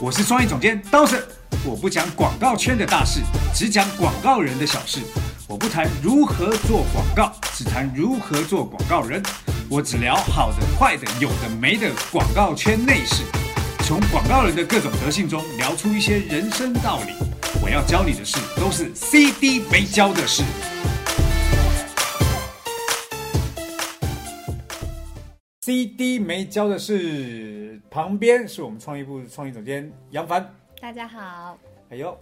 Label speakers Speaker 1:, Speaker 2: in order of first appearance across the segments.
Speaker 1: 我是创意总监 Dawson，我不讲广告圈的大事，只讲广告人的小事。我不谈如何做广告，只谈如何做广告人。我只聊好的、坏的、有的没的广告圈内事，从广告人的各种德性中聊出一些人生道理。我要教你的事，都是 CD 没教的事。CD 没教的事，旁边是我们创意部创意总监杨凡。
Speaker 2: 大家好，
Speaker 1: 哎呦，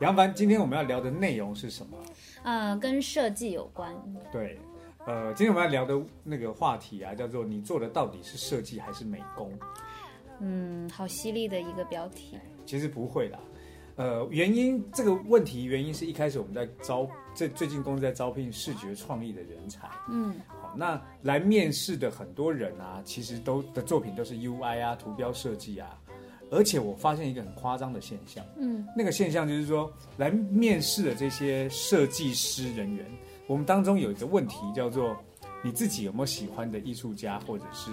Speaker 1: 杨凡，今天我们要聊的内容是什么？
Speaker 2: 呃，跟设计有关，
Speaker 1: 对，呃，今天我们要聊的那个话题啊，叫做你做的到底是设计还是美工？
Speaker 2: 嗯，好犀利的一个标题，
Speaker 1: 其实不会啦，呃，原因这个问题原因是一开始我们在招，这最近公司在招聘视觉创意的人才。
Speaker 2: 嗯，
Speaker 1: 好，那来面试的很多人啊，其实都的作品都是 UI 啊、图标设计啊，而且我发现一个很夸张的现象，
Speaker 2: 嗯，
Speaker 1: 那个现象就是说，来面试的这些设计师人员，我们当中有一个问题叫做，你自己有没有喜欢的艺术家，或者是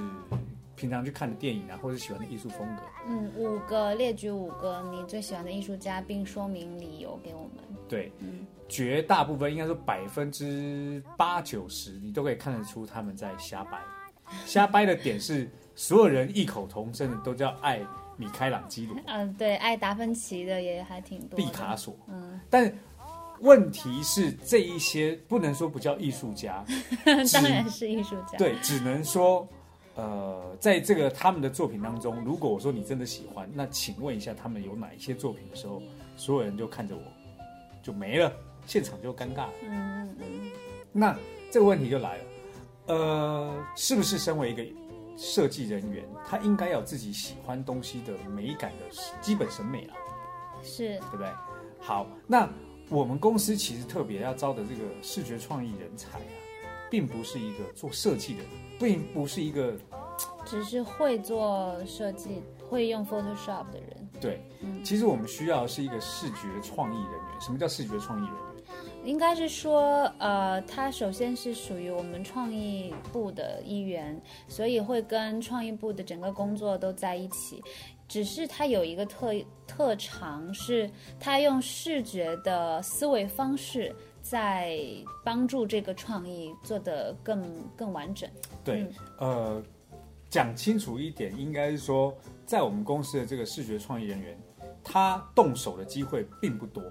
Speaker 1: 平常去看的电影啊，或者喜欢的艺术风格？
Speaker 2: 嗯，五个列举五个你最喜欢的艺术家，并说明理由给我们。
Speaker 1: 对，
Speaker 2: 嗯
Speaker 1: 绝大部分应该说百分之八九十，你都可以看得出他们在瞎掰。瞎掰的点是，所有人异口同声的都叫爱米开朗基罗、
Speaker 2: 嗯、对，爱达芬奇的也还挺多的。
Speaker 1: 毕卡索，
Speaker 2: 嗯，
Speaker 1: 但问题是这一些不能说不叫艺术家，
Speaker 2: 当然是艺术家。，
Speaker 1: 对，只能说。呃，在这个他们的作品当中，如果我说你真的喜欢，那请问一下他们有哪一些作品的时候，所有人就看着我，就没了，现场就尴尬了。
Speaker 2: 嗯嗯嗯，
Speaker 1: 那这个问题就来了，呃，是不是身为一个设计人员，他应该有自己喜欢东西的美感的基本审美啊，
Speaker 2: 嗯是，
Speaker 1: 对不对？好，那我们公司其实特别要招的这个视觉创意人才啊，并不是一个做设计的，并不是一个
Speaker 2: 只是会做设计、会用 Photoshop 的人，
Speaker 1: 对
Speaker 2: 嗯，
Speaker 1: 其实我们需要的是一个视觉创意人员。什么叫视觉创意人员？
Speaker 2: 应该是说，呃，他首先是属于我们创意部的一员，所以会跟创意部的整个工作都在一起。只是他有一个特特长，是他用视觉的思维方式，在帮助这个创意做得更更完整。
Speaker 1: 对，
Speaker 2: 嗯
Speaker 1: 呃，讲清楚一点，应该是说，在我们公司的这个视觉创意人员，他动手的机会并不多，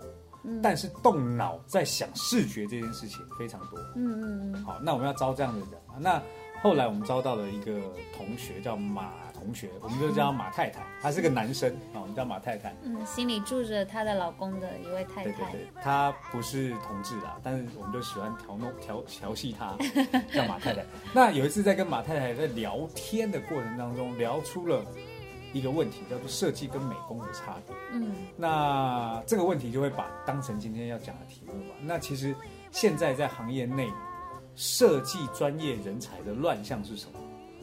Speaker 2: 嗯
Speaker 1: 但是动脑在想视觉这件事情非常多。
Speaker 2: 嗯嗯嗯，
Speaker 1: 好，那我们要招这样的人嘛？那后来我们招到了一个同学，叫马同学，我们就叫他马太太，他是个男生啊，我们叫马太太。
Speaker 2: 嗯，心里住着她的老公的一位太
Speaker 1: 对对
Speaker 2: 太。
Speaker 1: 对，他不是同志啦，但是我们就喜欢调弄调调戏他，叫马太太。 那有一次在跟马太太在聊天的过程当中，聊出了一个问题，叫做设计跟美工的差别。
Speaker 2: 嗯
Speaker 1: 那这个问题就会把当成今天要讲的题目吧。那其实现在在行业内，设计专业人才的乱象是什么？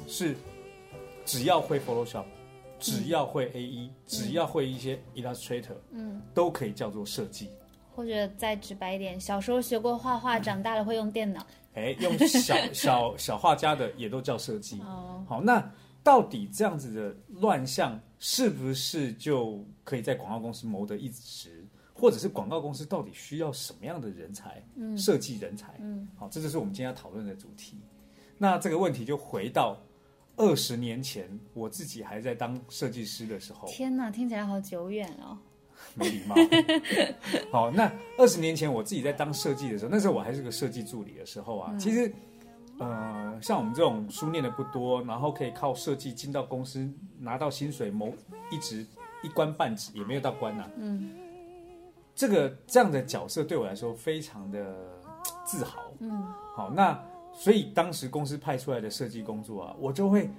Speaker 1: 是只要会 Photoshop，只要会 AE，、只要会 E 一些 Illustrator，
Speaker 2: 嗯，
Speaker 1: 都可以叫做设计。
Speaker 2: 或者再直白一点，小时候学过画画，长大了会用电脑。
Speaker 1: 哎，用 小小小画家的也都叫设计。
Speaker 2: 哦。
Speaker 1: 好，那到底这样子的乱象是不是就可以在广告公司谋得一职，或者是广告公司到底需要什么样的人才？嗯，设计人才。
Speaker 2: 嗯，
Speaker 1: 好，这就是我们今天要讨论的主题。那这个问题就回到二十年前，我自己还在当设计师的时候，
Speaker 2: 天呐，听起来好久远哦。
Speaker 1: 没礼貌。 好，那二十年前我自己在当设计的时候，那时候我还是个设计助理的时候啊，其实，呃，像我们这种书念的不多，然后可以靠设计进到公司拿到薪水，谋一职一官半职，也没有到官啊呐、
Speaker 2: 嗯
Speaker 1: 这个这样的角色对我来说非常的自豪。
Speaker 2: 嗯
Speaker 1: 好，那所以当时公司派出来的设计工作啊，我就会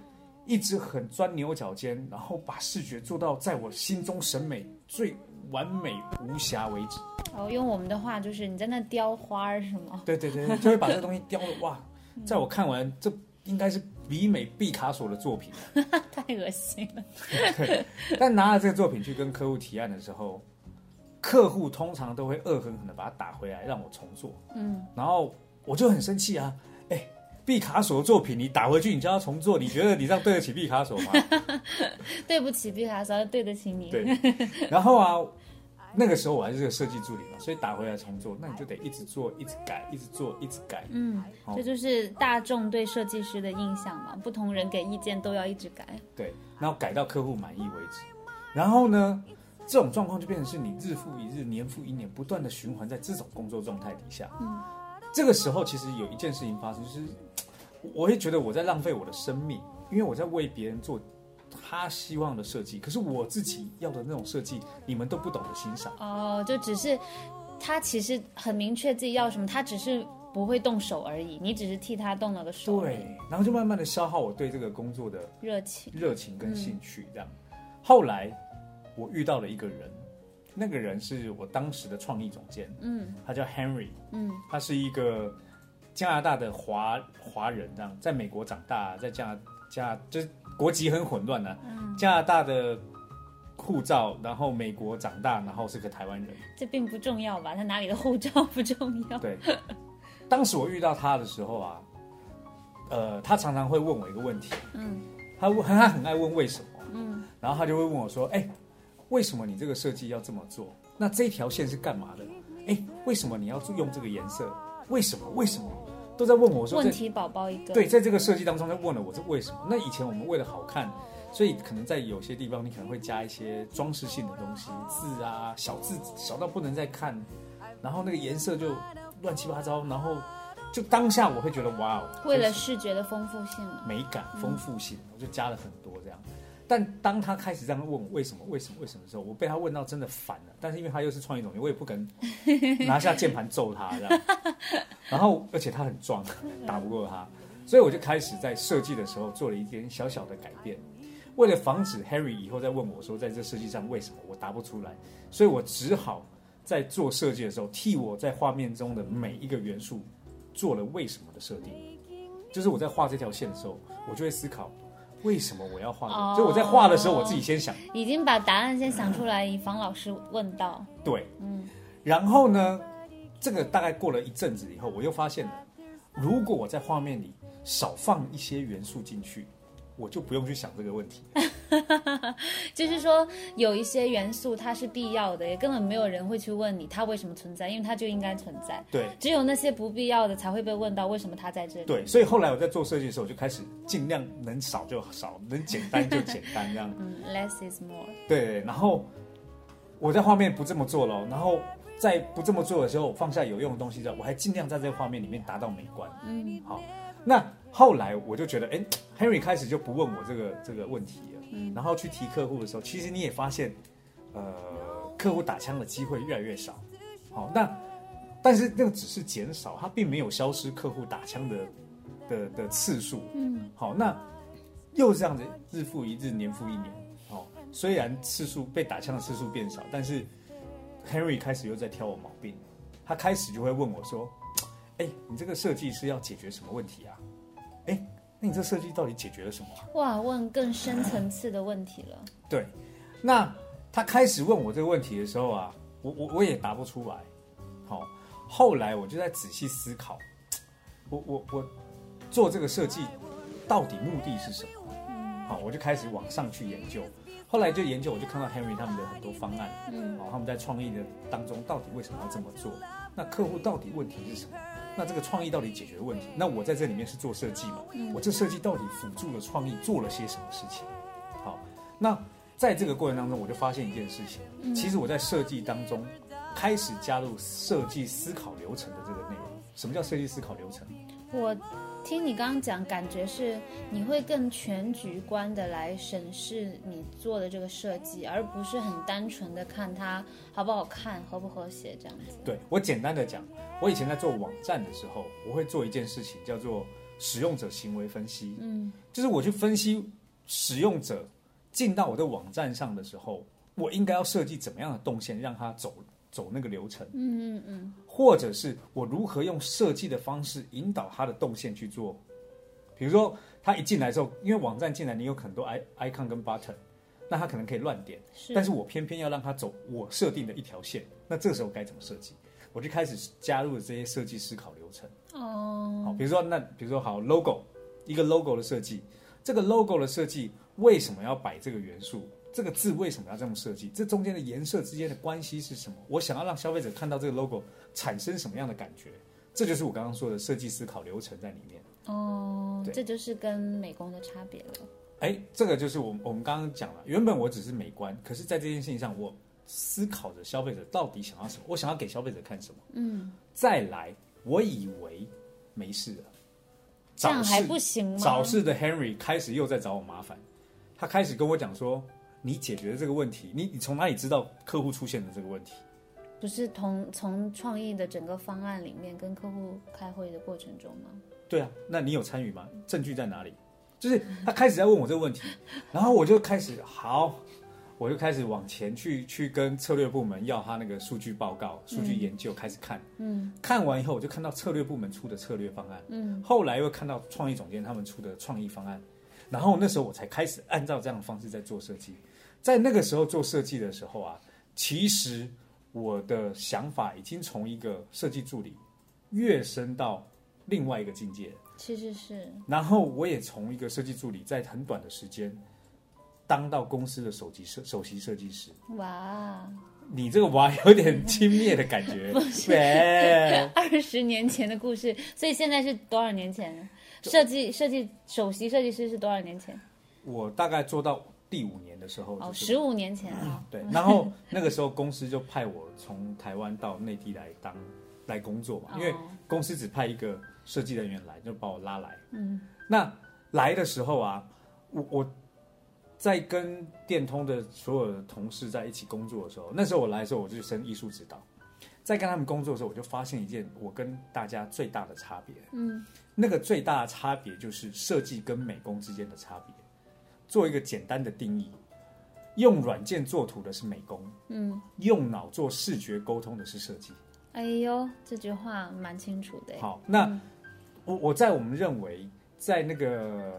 Speaker 1: 一直很钻牛角尖，然后把视觉做到在我心中审美最完美无瑕为止。
Speaker 2: 哦，用我们的话就是你在那雕花儿是吗？
Speaker 1: 对对对，对就会把这个东西雕的哇，在我看完这应该是比美毕卡索的作品，
Speaker 2: 太恶心了。
Speaker 1: 但拿了这个作品去跟客户提案的时候，客户通常都会恶狠狠的把它打回来，让我重做。
Speaker 2: 嗯，
Speaker 1: 然后我就很生气啊，哎，毕卡索作品你打回去，你叫他重做，你觉得你这样对得起毕卡索吗？
Speaker 2: 对不起，毕卡索，对得起你。
Speaker 1: 对，然后啊，那个时候我还是个设计助理嘛，所以打回来重做，那你就得一直做，一直改，一直做，一直改。
Speaker 2: 嗯
Speaker 1: 好，
Speaker 2: 这就是大众对设计师的印象嘛，不同人给意见都要一直改。
Speaker 1: 对，然后改到客户满意为止。然后呢，这种状况就变成是你日复一日、年复一年不断的循环在这种工作状态底下。
Speaker 2: 嗯，
Speaker 1: 这个时候其实有一件事情发生，就是我会觉得我在浪费我的生命，因为我在为别人做他希望的设计，可是我自己要的那种设计，你们都不懂得欣赏。
Speaker 2: 哦，就只是他其实很明确自己要什么，他只是不会动手而已，你只是替他动了个手，
Speaker 1: 对，然后就慢慢的消耗我对这个工作的
Speaker 2: 热情。
Speaker 1: 热情跟兴趣这样。后来我遇到了一个人，那个人是我当时的创意总监，
Speaker 2: 嗯
Speaker 1: 他叫 Henry，
Speaker 2: 嗯
Speaker 1: 他是一个加拿大的华华人，这样在美国长大，在加拿加就是国籍很混乱啊，
Speaker 2: 嗯，
Speaker 1: 加拿大的护照，然后美国长大，然后是个台湾人。
Speaker 2: 这并不重要吧？他哪里的护照不重要？
Speaker 1: 对，当时我遇到他的时候啊，呃，他常常会问我一个问题，
Speaker 2: 嗯
Speaker 1: 他问他很爱问为什么，
Speaker 2: 嗯
Speaker 1: 然后他就会问我说：“哎、为什么你这个设计要这么做？那这一条线是干嘛的？
Speaker 2: 嗯
Speaker 1: 哎、为什么你要用这个颜色？为什么？为什么？”都在问我说：“
Speaker 2: 问
Speaker 1: 这
Speaker 2: 题宝宝一个。
Speaker 1: 对，在这个设计当中，他问了我这为什么？那以前我们为了好看，所以可能在有些地方你可能会加一些装饰性的东西，字啊，小字小到不能再看，然后那个颜色就乱七八糟，然后就当下我会觉得哇哦，
Speaker 2: 为了
Speaker 1: 真是
Speaker 2: 视觉的丰富性了。
Speaker 1: 美感丰富性，我就加了很多这样。但当他开始这样问我为什么为什么为什么的时候，我被他问到真的烦了。但是因为他又是创意总监，我也不敢拿下键盘揍他这样。然后而且他很壮，打不过他，所以我就开始在设计的时候做了一点小小的改变。为了防止 Harry 以后再问我说在这设计上为什么我答不出来，所以我只好在做设计的时候替我在画面中的每一个元素做了为什么的设定。就是我在画这条线的时候，我就会思考为什么我要画这个。
Speaker 2: 哦
Speaker 1: 就我在画的时候，我自己先想
Speaker 2: 已经把答案先想出来，以防老师问到。
Speaker 1: 对，
Speaker 2: 嗯
Speaker 1: 然后呢，这个大概过了一阵子以后，我又发现了，如果我在画面里少放一些元素进去，我就不用去想这个问题。
Speaker 2: 就是说有一些元素它是必要的，也根本没有人会去问你它为什么存在，因为它就应该存在。
Speaker 1: 对
Speaker 2: 只有那些不必要的才会被问到为什么它在这里。
Speaker 1: 对，所以后来我在做设计的时候，我就开始尽量能少就少，能简单就简单这样。
Speaker 2: 嗯，less is more。
Speaker 1: 对，然后我在画面不这么做了，然后在不这么做的时候，我放下有用的东西之后，我还尽量在这个画面里面达到美观。
Speaker 2: 嗯
Speaker 1: 好，那后来我就觉得，哎，Henry 开始就不问我这个这个问题了。然后去提客户的时候，其实你也发现，呃，客户打枪的机会越来越少。好，那但是那个只是减少，它并没有消失客户打枪的的的次数。
Speaker 2: 嗯，
Speaker 1: 好，那又这样子日复一日，年复一年。好，虽然次数被打枪的次数变少，但是 Henry 开始又在挑我毛病，他开始就会问我说：“哎，你这个设计是要解决什么问题啊？哎，那你这设计到底解决了什么啊、
Speaker 2: 哇，问更深层次的问题了。
Speaker 1: 对，那他开始问我这个问题的时候啊，我我我也答不出来。好、后来我就在仔细思考，我我我做这个设计到底目的是什么？好、我就开始往上去研究。后来就研究，我就看到 Henry 他们的很多方案，
Speaker 2: 嗯
Speaker 1: 哦，他们在创意的当中到底为什么要这么做？那客户到底问题是什么？那这个创意到底解决问题？那我在这里面是做设计嘛？我这设计到底辅助了创意做了些什么事情？好，那在这个过程当中，我就发现一件事情，
Speaker 2: 嗯
Speaker 1: 其实我在设计当中开始加入设计思考流程的这个内容。什么叫设计思考流程？
Speaker 2: 我听你刚刚讲，感觉是你会更全局观的来审视你做的这个设计，而不是很单纯的看它好不好看、和不和谐这样子。
Speaker 1: 对我简单的讲，我以前在做网站的时候，我会做一件事情，叫做使用者行为分析。
Speaker 2: 嗯
Speaker 1: 就是我去分析使用者进到我的网站上的时候，我应该要设计怎么样的动线让他走走那个流程，
Speaker 2: 嗯嗯嗯，
Speaker 1: 或者是我如何用设计的方式引导他的动线去做。比如说，他一进来之后，因为网站进来你有很多 i icon 跟 button，那他可能可以乱点，
Speaker 2: 是。
Speaker 1: 但是我偏偏要让他走我设定的一条线，那这时候该怎么设计？我就开始加入了这些设计思考流程。
Speaker 2: 哦，
Speaker 1: 好，比如说那比如说好 logo，一个 logo 的设计，这个 logo 的设计为什么要摆这个元素？这个字为什么要这么设计？这中间的颜色之间的关系是什么？我想要让消费者看到这个 logo 产生什么样的感觉？这就是我刚刚说的设计思考流程在里面。
Speaker 2: 哦，
Speaker 1: 对
Speaker 2: 这就是跟美工的差别了。
Speaker 1: 哎，这个就是我们我们刚刚讲了，原本我只是美观，可是在这件事情上，我思考着消费者到底想要什么，我想要给消费者看什么。
Speaker 2: 嗯，
Speaker 1: 再来，我以为没事了，
Speaker 2: 这样
Speaker 1: 早
Speaker 2: 还
Speaker 1: 市
Speaker 2: 不行吗？
Speaker 1: 早市的 Henry 开始又在找我麻烦，他开始跟我讲说：“你解决了这个问题，你你从哪里知道客户出现的这个问题？
Speaker 2: 不是从从创意的整个方案里面跟客户开会的过程中吗？
Speaker 1: 对啊，那你有参与吗？证据在哪里？”就是他开始在问我这个问题， 然后我就开始好，我就开始往前去去跟策略部门要他那个数据报告、数据研究，开始看。
Speaker 2: 嗯
Speaker 1: 看完以后，我就看到策略部门出的策略方案，
Speaker 2: 嗯，
Speaker 1: 后来又看到创意总监他们出的创意方案，然后那时候我才开始按照这样的方式在做设计。在那个时候做设计的时候啊，其实我的想法已经从一个设计助理跃升到另外一个境界了，
Speaker 2: 其实是
Speaker 1: 然后我也从一个设计助理在很短的时间当到公司的首席设首席设计师。
Speaker 2: 哇，
Speaker 1: 你这个娃有点轻蔑的感觉， 对。
Speaker 2: 二十年前的故事，所以现在是多少年前呢？设计设计首席设计师是多少年前？
Speaker 1: 我大概做到第五年的时候，
Speaker 2: 哦，
Speaker 1: 就是
Speaker 2: 十五年前啊、
Speaker 1: 对，然后那个时候公司就派我从台湾到内地来当来工作嘛，
Speaker 2: 哦
Speaker 1: 因为公司只派一个设计人员来，就把我拉来。
Speaker 2: 嗯，
Speaker 1: 那来的时候啊，我我在跟电通的所有的同事在一起工作的时候，那时候我来的时候我就升艺术指导，在跟他们工作的时候，我就发现一件我跟大家最大的差别，
Speaker 2: 嗯，
Speaker 1: 那个最大的差别就是设计跟美工之间的差别。做一个简单的定义，用软件做图的是美工，
Speaker 2: 嗯，
Speaker 1: 用脑做视觉沟通的是设计。
Speaker 2: 哎呦，这句话蛮清楚的耶。
Speaker 1: 好，那、我我在我们认为，在那个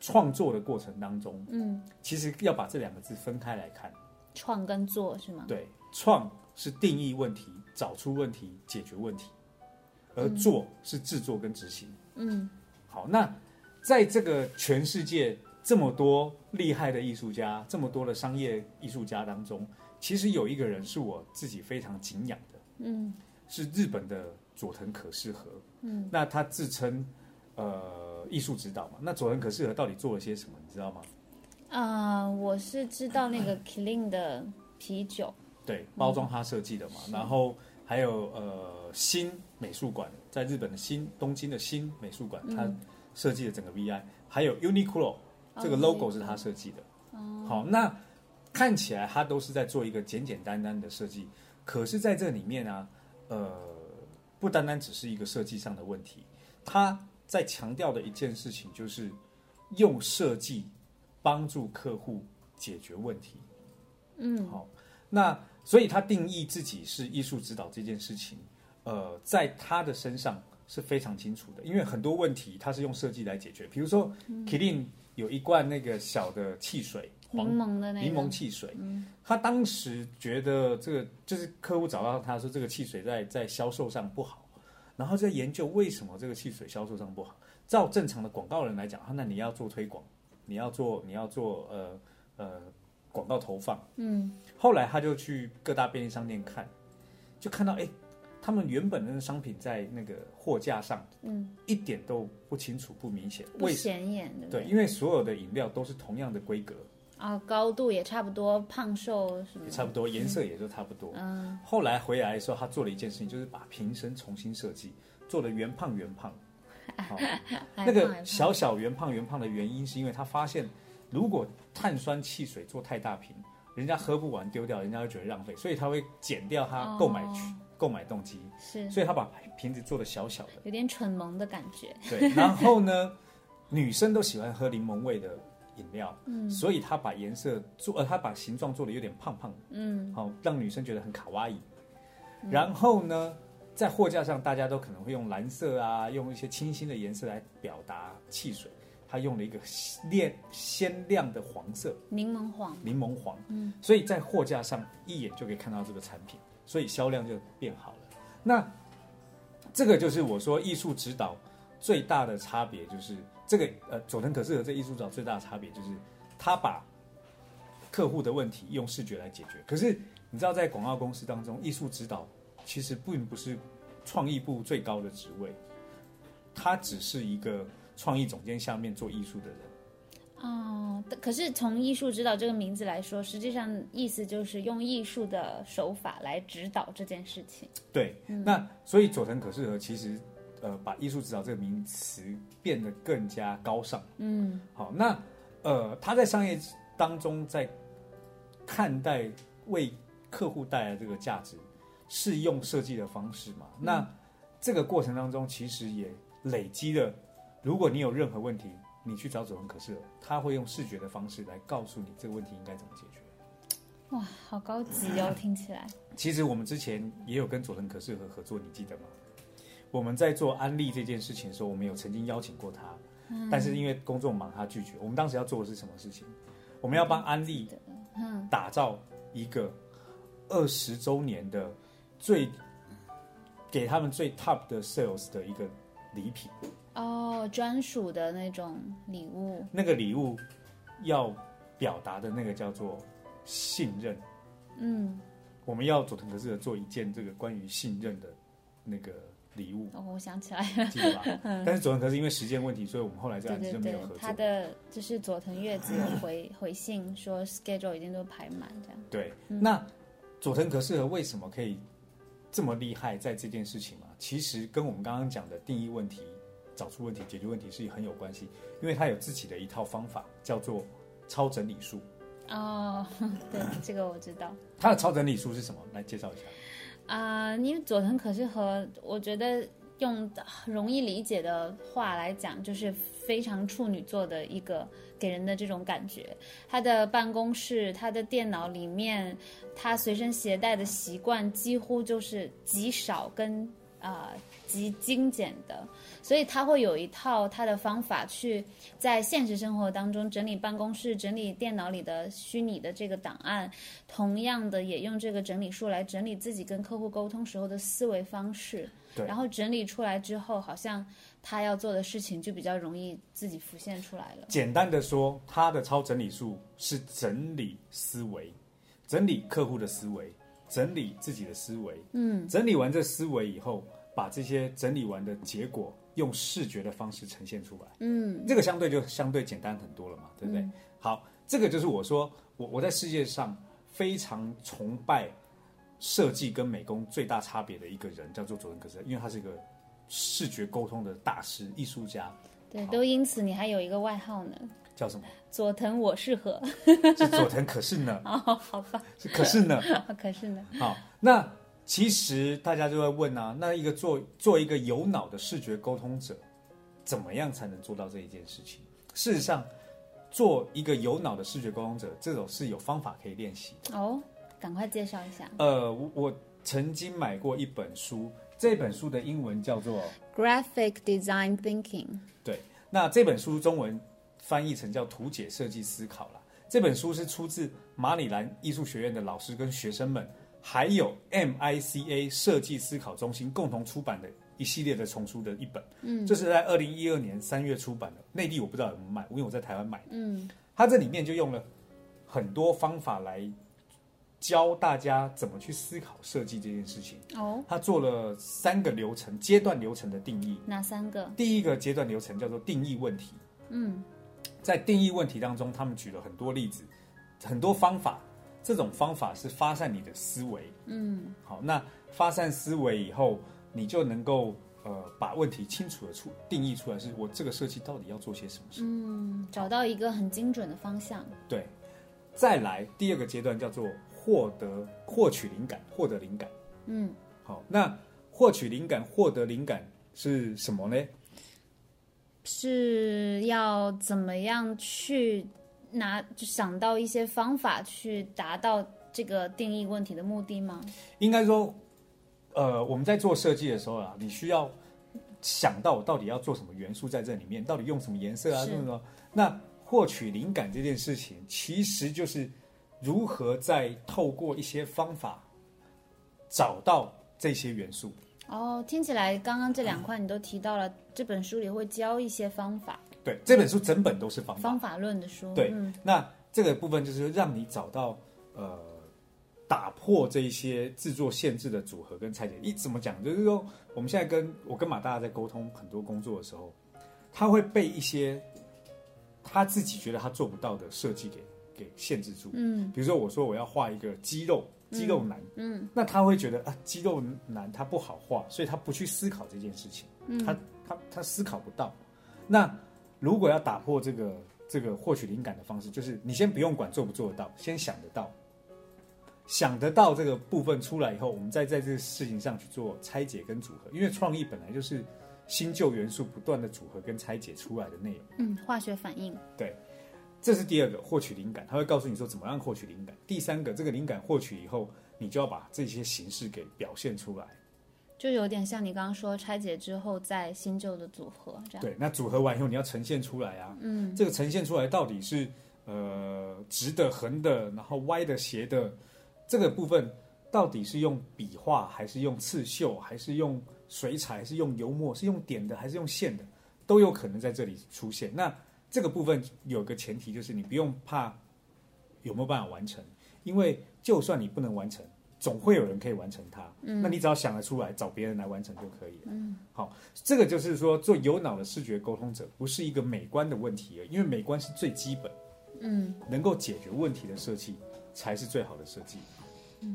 Speaker 1: 创作的过程当中，
Speaker 2: 嗯，
Speaker 1: 其实要把这两个字分开来看。
Speaker 2: 创跟做是吗？
Speaker 1: 对，创是定义问题、找出问题、解决问题，而做是制作跟执行。
Speaker 2: 嗯，
Speaker 1: 好，那在这个全世界这么多厉害的艺术家，这么多的商业艺术家当中，其实有一个人是我自己非常敬仰的，
Speaker 2: 嗯
Speaker 1: 是日本的佐藤可士和。
Speaker 2: 嗯，
Speaker 1: 那他自称呃艺术指导嘛，那佐藤可士和到底做了些什么，你知道吗？
Speaker 2: 啊、我是知道那个 Killing 的啤酒，
Speaker 1: 对，包装他设计的嘛，然后还有呃新美术馆，在日本的新东京的新美术馆，他设计的整个 VI，还有 Uniqlo 这个 logo 是他设计的。好，那看起来他都是在做一个简简单单的设计，可是在这里面啊，呃，不单单只是一个设计上的问题，他在强调的一件事情就是用设计帮助客户解决问题。
Speaker 2: 嗯
Speaker 1: 好，那所以他定义自己是艺术指导这件事情，呃，在他的身上是非常清楚的，因为很多问题他是用设计来解决。比如说 k i l i n 有一罐那个小的汽水，
Speaker 2: 柠
Speaker 1: 黄
Speaker 2: 檬的那个嗯
Speaker 1: 柠檬汽水，他当时觉得这个就是客户找到他说这个汽水在在销售上不好，然后在研究为什么这个汽水销售上不好。照正常的广告人来讲，啊那你要做推广，你要做你要做呃呃广告投放。
Speaker 2: 嗯
Speaker 1: 后来他就去各大便利商店看，就看到哎，诶他们原本的商品在那个货架上
Speaker 2: 嗯，
Speaker 1: 一点都不清楚、不明显，
Speaker 2: 不
Speaker 1: 为什
Speaker 2: 显眼，对不
Speaker 1: 对，因为所有的饮料都是同样的规格，
Speaker 2: 啊，高度也差不多，胖瘦什么
Speaker 1: 也差不多，颜色也都差不多。
Speaker 2: 嗯
Speaker 1: 后来回来的时候，他做了一件事情，就是把瓶身重新设计，做的圆胖圆 胖。好，
Speaker 2: 还
Speaker 1: 那
Speaker 2: 哎胖还
Speaker 1: 个
Speaker 2: 胖
Speaker 1: 小小圆胖圆胖的原因，是因为他发现，如果碳酸汽水做太大瓶，人家喝不完丢掉，人家会觉得浪费，所以他会减掉他购买区、
Speaker 2: 哦
Speaker 1: 购买动机，
Speaker 2: 是
Speaker 1: 所以他把瓶子做的小小的。
Speaker 2: 有点蠢萌的感觉，
Speaker 1: 对， 然后呢，女生都喜欢喝柠檬味的饮料，
Speaker 2: 嗯
Speaker 1: 所以他把颜色做，呃，他把形状做的有点胖胖的。
Speaker 2: 嗯
Speaker 1: 好、让女生觉得很卡哇伊。然后呢，在货架上，大家都可能会用蓝色啊，用一些清新的颜色来表达汽水。他用了一个亮鲜亮的黄色，
Speaker 2: 柠檬黄，
Speaker 1: 柠檬黄，所以在货架上一眼就可以看到这个产品，所以销量就变好了。那这个就是我说艺术指导最大的差别，就是这个呃佐藤可士和这艺术指导最大的差别就是他把客户的问题用视觉来解决。可是你知道，在广告公司当中，艺术指导其实并不是创意部最高的职位，他只是一个创意总监下面做艺术的人。
Speaker 2: 哦，但可是从艺术指导这个名字来说，实际上意思就是用艺术的手法来指导这件事情。
Speaker 1: 对，那所以佐藤可士和其实呃把艺术指导这个名词变得更加高尚。
Speaker 2: 嗯
Speaker 1: 好，那呃他在商业当中在看待为客户带来这个价值，是用设计的方式嘛？那这个过程当中其实也累积了，如果你有任何问题，你去找佐藤可士和，他会用视觉的方式来告诉你这个问题应该怎么解决。
Speaker 2: 哇，好高级 哦，听起来。
Speaker 1: 其实我们之前也有跟佐藤可士和合作，你记得吗？我们在做安利这件事情的时候，我们有曾经邀请过他，但是因为工作忙，他拒绝。我们当时要做的是什么事情？我们要帮安利嗯打造一个二十周年的最给他们最 top 的 sales 的一个礼品。
Speaker 2: 哦，专属的那种礼物，
Speaker 1: 那个礼物要表达的那个叫做信任。
Speaker 2: 嗯，
Speaker 1: 我们要佐藤可士和做一件这个关于信任的那个礼物，
Speaker 2: 哦，我想起来，
Speaker 1: 记 得吧？但是佐藤可是因为时间问题，所以我们后来这
Speaker 2: 对
Speaker 1: 案子
Speaker 2: 对
Speaker 1: 就没
Speaker 2: 嗯对
Speaker 1: 有合，作
Speaker 2: 他。的就是佐藤月子有回 回信说 schedule 已经都排满这样，
Speaker 1: 对，那佐藤可士和为什么可以这么厉害在这件事情嘛？其实跟我们刚刚讲的定义问题、找出问题、解决问题是很有关系，因为他有自己的一套方法，叫做超整理术。
Speaker 2: 哦， 对，这个我知道。
Speaker 1: 他的超整理术是什么？来介绍一下。
Speaker 2: 啊、因为佐藤可士和我觉得用容易理解的话来讲，就是非常处女座的一个给人的这种感觉。他的办公室、他的电脑里面，他随身携带的习惯几乎就是极少跟啊、极精简的，所以他会有一套他的方法去在现实生活当中整理办公室、整理电脑里的虚拟的这个档案，同样的也用这个整理术来整理自己跟客户沟通时候的思维方式，
Speaker 1: 对
Speaker 2: 然后整理出来之后，好像他要做的事情就比较容易自己浮现出来了。
Speaker 1: 简单的说，他的超整理术是整理思维，整理客户的思维，整理自己的思维。嗯，整理完这思维以后，把这些整理完的结果用视觉的方式呈现出来。
Speaker 2: 嗯
Speaker 1: 这个相对就相对简单很多了嘛，对不对？好，这个就是我说我我在世界上非常崇拜设计跟美工最大差别的一个人，叫做佐藤可士，因为他是一个视觉沟通的大师、艺术家，
Speaker 2: 对，都因此你还有一个外号呢，
Speaker 1: 叫什么？
Speaker 2: 佐藤我适合。
Speaker 1: 是佐藤可士呢？
Speaker 2: 哦，好吧，
Speaker 1: 是可是呢？
Speaker 2: 可是呢，
Speaker 1: 好，那其实大家就会问啊，那一个做做一个有脑的视觉沟通者，怎么样才能做到这一件事情？事实上，做一个有脑的视觉沟通者，这种是有方法可以练习的。
Speaker 2: 哦，赶快介绍一下
Speaker 1: 呃，我我曾经买过一本书，这本书的英文叫做
Speaker 2: graphic design thinking。
Speaker 1: 对，那这本书中文翻译成叫《图解设计思考》啦。这本书是出自马里兰艺术学院的老师跟学生们，还有 MICA 设计思考中心共同出版的一系列的丛书的一本。嗯，这是在二零一二年三月出版的，内地我不知道有没有卖，因为我在台湾买的。
Speaker 2: 嗯
Speaker 1: 它这里面就用了很多方法来教大家怎么去思考设计这件事情。
Speaker 2: 哦，
Speaker 1: 他做了三个流程阶段流程的定义。
Speaker 2: 哪三个？
Speaker 1: 第一个阶段流程叫做定义问题。
Speaker 2: 嗯
Speaker 1: 在定义问题当中，他们举了很多例子，很多方法。这种方法是发散你的思维。
Speaker 2: 嗯
Speaker 1: 好，那发散思维以后，你就能够呃把问题清楚的出定义出来，是我这个设计到底要做些什么事。
Speaker 2: 嗯，找到一个很精准的方向。
Speaker 1: 对，再来第二个阶段叫做获得获取灵感，获得灵感。
Speaker 2: 嗯，
Speaker 1: 好，那获取灵感、获得灵感是什么呢？
Speaker 2: 是要怎么样去拿，就想到一些方法去达到这个定义问题的目的吗？
Speaker 1: 应该说，呃，我们在做设计的时候啊，你需要想到我到底要做什么元素在这里面，到底用什么颜色啊，
Speaker 2: 是
Speaker 1: 用什么？那获取灵感这件事情，其实就是如何在透过一些方法找到这些元素。
Speaker 2: 哦，听起来刚刚这两块你都提到了，这本书里会教一些方法，
Speaker 1: 对，这本书整本都是方法。
Speaker 2: 方法论的书。
Speaker 1: 对
Speaker 2: 嗯，
Speaker 1: 那这个部分就是让你找到呃，打破这一些制作限制的组合跟拆解。一怎么讲，就是说我们现在跟我跟马大在沟通很多工作的时候，他会被一些他自己觉得他做不到的设计给给限制住。
Speaker 2: 嗯
Speaker 1: 比如说我说我要画一个肌肉肌肉男，
Speaker 2: 嗯
Speaker 1: 那他会觉得啊肌肉男他不好画，所以他不去思考这件事情。他
Speaker 2: 嗯，
Speaker 1: 他他思考不到。那如果要打破这个这个获取灵感的方式，就是你先不用管做不做得到，先想得到，想得到这个部分出来以后，我们再在这个事情上去做拆解跟组合，因为创意本来就是新旧元素不断的组合跟拆解出来的内容。
Speaker 2: 嗯，化学反应。
Speaker 1: 这是第二个获取灵感，他会告诉你说怎么样获取灵感。第三个，这个灵感获取以后，你就要把这些形式给表现出来。
Speaker 2: 就有点像你刚刚说拆解之后再新旧的组合这样。
Speaker 1: 对，那组合完以后你要呈现出来啊。
Speaker 2: 嗯，
Speaker 1: 这个呈现出来到底是呃直的、横的，然后歪的、斜的，这个部分到底是用笔画，还是用刺绣，还是用水彩，还是用油墨，是用点的，还是用线的，都有可能在这里出现。那这个部分有个前提就是你不用怕有没有办法完成，因为就算你不能完成，总会有人可以完成它。嗯，那你只要想得出来，找别人来完成就可以了。
Speaker 2: 嗯，
Speaker 1: 好，这个就是说做有脑的视觉沟通者不是一个美观的问题而已，因为美观是最基本，
Speaker 2: 嗯，
Speaker 1: 能够解决问题的设计才是最好的设计。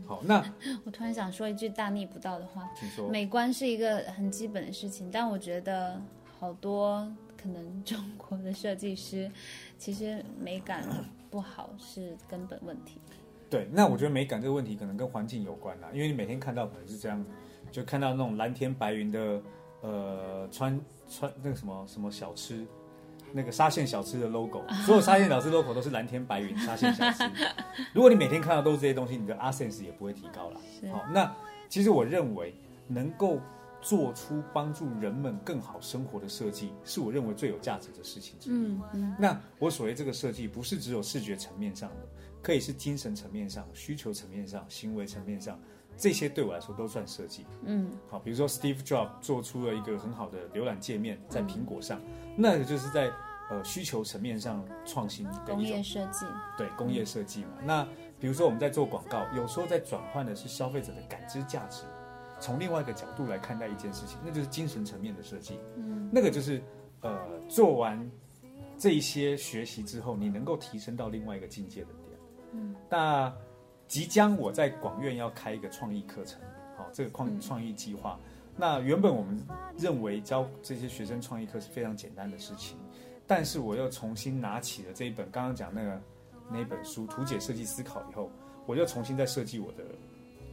Speaker 1: 好，那
Speaker 2: 我突然想说一句大逆不道的话，
Speaker 1: 请说。
Speaker 2: 美观是一个很基本的事情，但我觉得好多可能中国的设计师，其实美感不好是根本问题。
Speaker 1: 对，那我觉得美感这个问题可能跟环境有关啦，因为你每天看到可能是这样，就看到那种蓝天白云的，呃，穿穿那个什么什么小吃，那个沙县小吃的 logo，所有沙县小吃 logo 都是蓝天白云沙县小吃。如果你每天看到都是这些东西，你的 a s e n s 也不会提高啦。
Speaker 2: 是
Speaker 1: 好，那其实我认为能够做出帮助人们更好生活的设计，是我认为最有价值的事情之一。
Speaker 2: 嗯嗯
Speaker 1: 那我所谓这个设计，不是只有视觉层面上的，可以是精神层面上、需求层面上、行为层面上，这些对我来说都算设计。
Speaker 2: 嗯
Speaker 1: 好，比如说 Steve Jobs 做出了一个很好的浏览界面在苹果上，
Speaker 2: 嗯
Speaker 1: 那个就是在呃需求层面上创新的
Speaker 2: 工
Speaker 1: 一
Speaker 2: 业
Speaker 1: 种
Speaker 2: 设计，
Speaker 1: 对工业设计嘛。那比如说我们在做广告，有时候在转换的是消费者的感知价值，从另外一个角度来看待一件事情，那就是精神层面的设计。
Speaker 2: 嗯
Speaker 1: 那个就是呃，做完这一些学习之后，你能够提升到另外一个境界的点。
Speaker 2: 嗯，
Speaker 1: 那即将我在广院要开一个创意课程，好、这个
Speaker 2: 嗯
Speaker 1: 创创意计划。那原本我们认为教这些学生创意课是非常简单的事情，但是我又重新拿起了这一本刚刚讲那个那一本书《图解设计思考》以后，我又重新再设计我的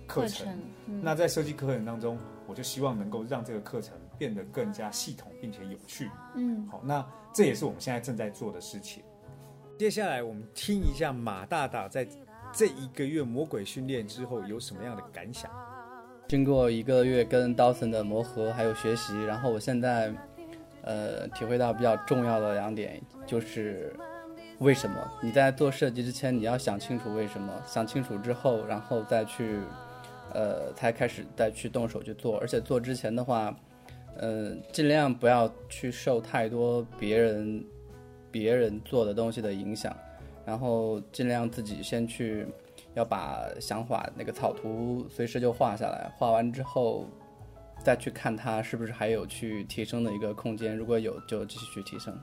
Speaker 1: 课
Speaker 2: 课
Speaker 1: 程。
Speaker 2: 程，嗯
Speaker 1: 那在设计课程当中，我就希望能够让这个课程变得更加系统并且有趣。
Speaker 2: 嗯
Speaker 1: 好，那这也是我们现在正在做的事情。接下来我们听一下马大大在这一个月魔鬼训练之后有什么样的感想。
Speaker 3: 经过一个月跟 Dawson 的磨合还有学习，然后我现在，呃，体会到比较重要的两点，就是为什么你在做设计之前，你要想清楚为什么，想清楚之后，然后再去，呃，才开始再去动手去做。而且做之前的话，呃，尽量不要去受太多别人别人做的东西的影响，然后尽量自己先去要把想法那个草图随时就画下来，画完之后再去看它是不是还有去提升的一个空间，如果有就继续去提升。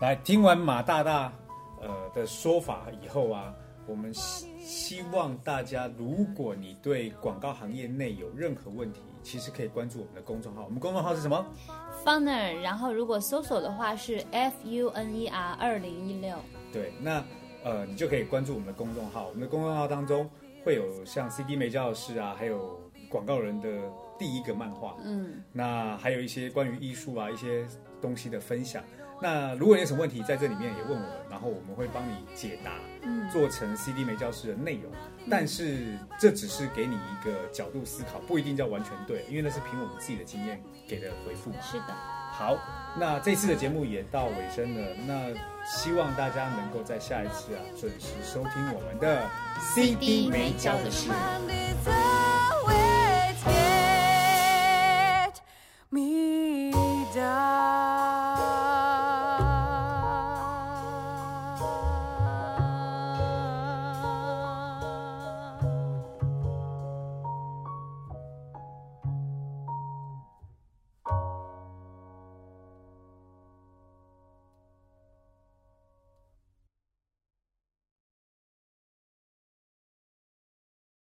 Speaker 1: 来，听完马大大呃的说法以后啊，我们希希望大家，如果你对广告行业内有任何问题，其实可以关注我们的公众号。我们公众号是什么？
Speaker 2: ，Funner，然后如果搜索的话是 F U N E R 二零一六，
Speaker 1: 对，那呃，你就可以关注我们的公众号。我们的公众号当中会有像 CD 美教室啊，还有广告人的第一个漫画，
Speaker 2: 嗯
Speaker 1: 那还有一些关于艺术啊一些东西的分享。那如果你有什么问题，在这里面也问我们，然后我们会帮你解答，
Speaker 2: 嗯
Speaker 1: 做成 CD 美教室的内容。但是这只是给你一个角度思考，不一定叫完全对，因为那是凭我们自己的经验给的回复嘛。
Speaker 2: 是的。
Speaker 1: 好，那这次的节目也到尾声了，那希望大家能够在下一次啊准时收听我们的
Speaker 2: CD 没教的
Speaker 1: 事。
Speaker 4: And it's a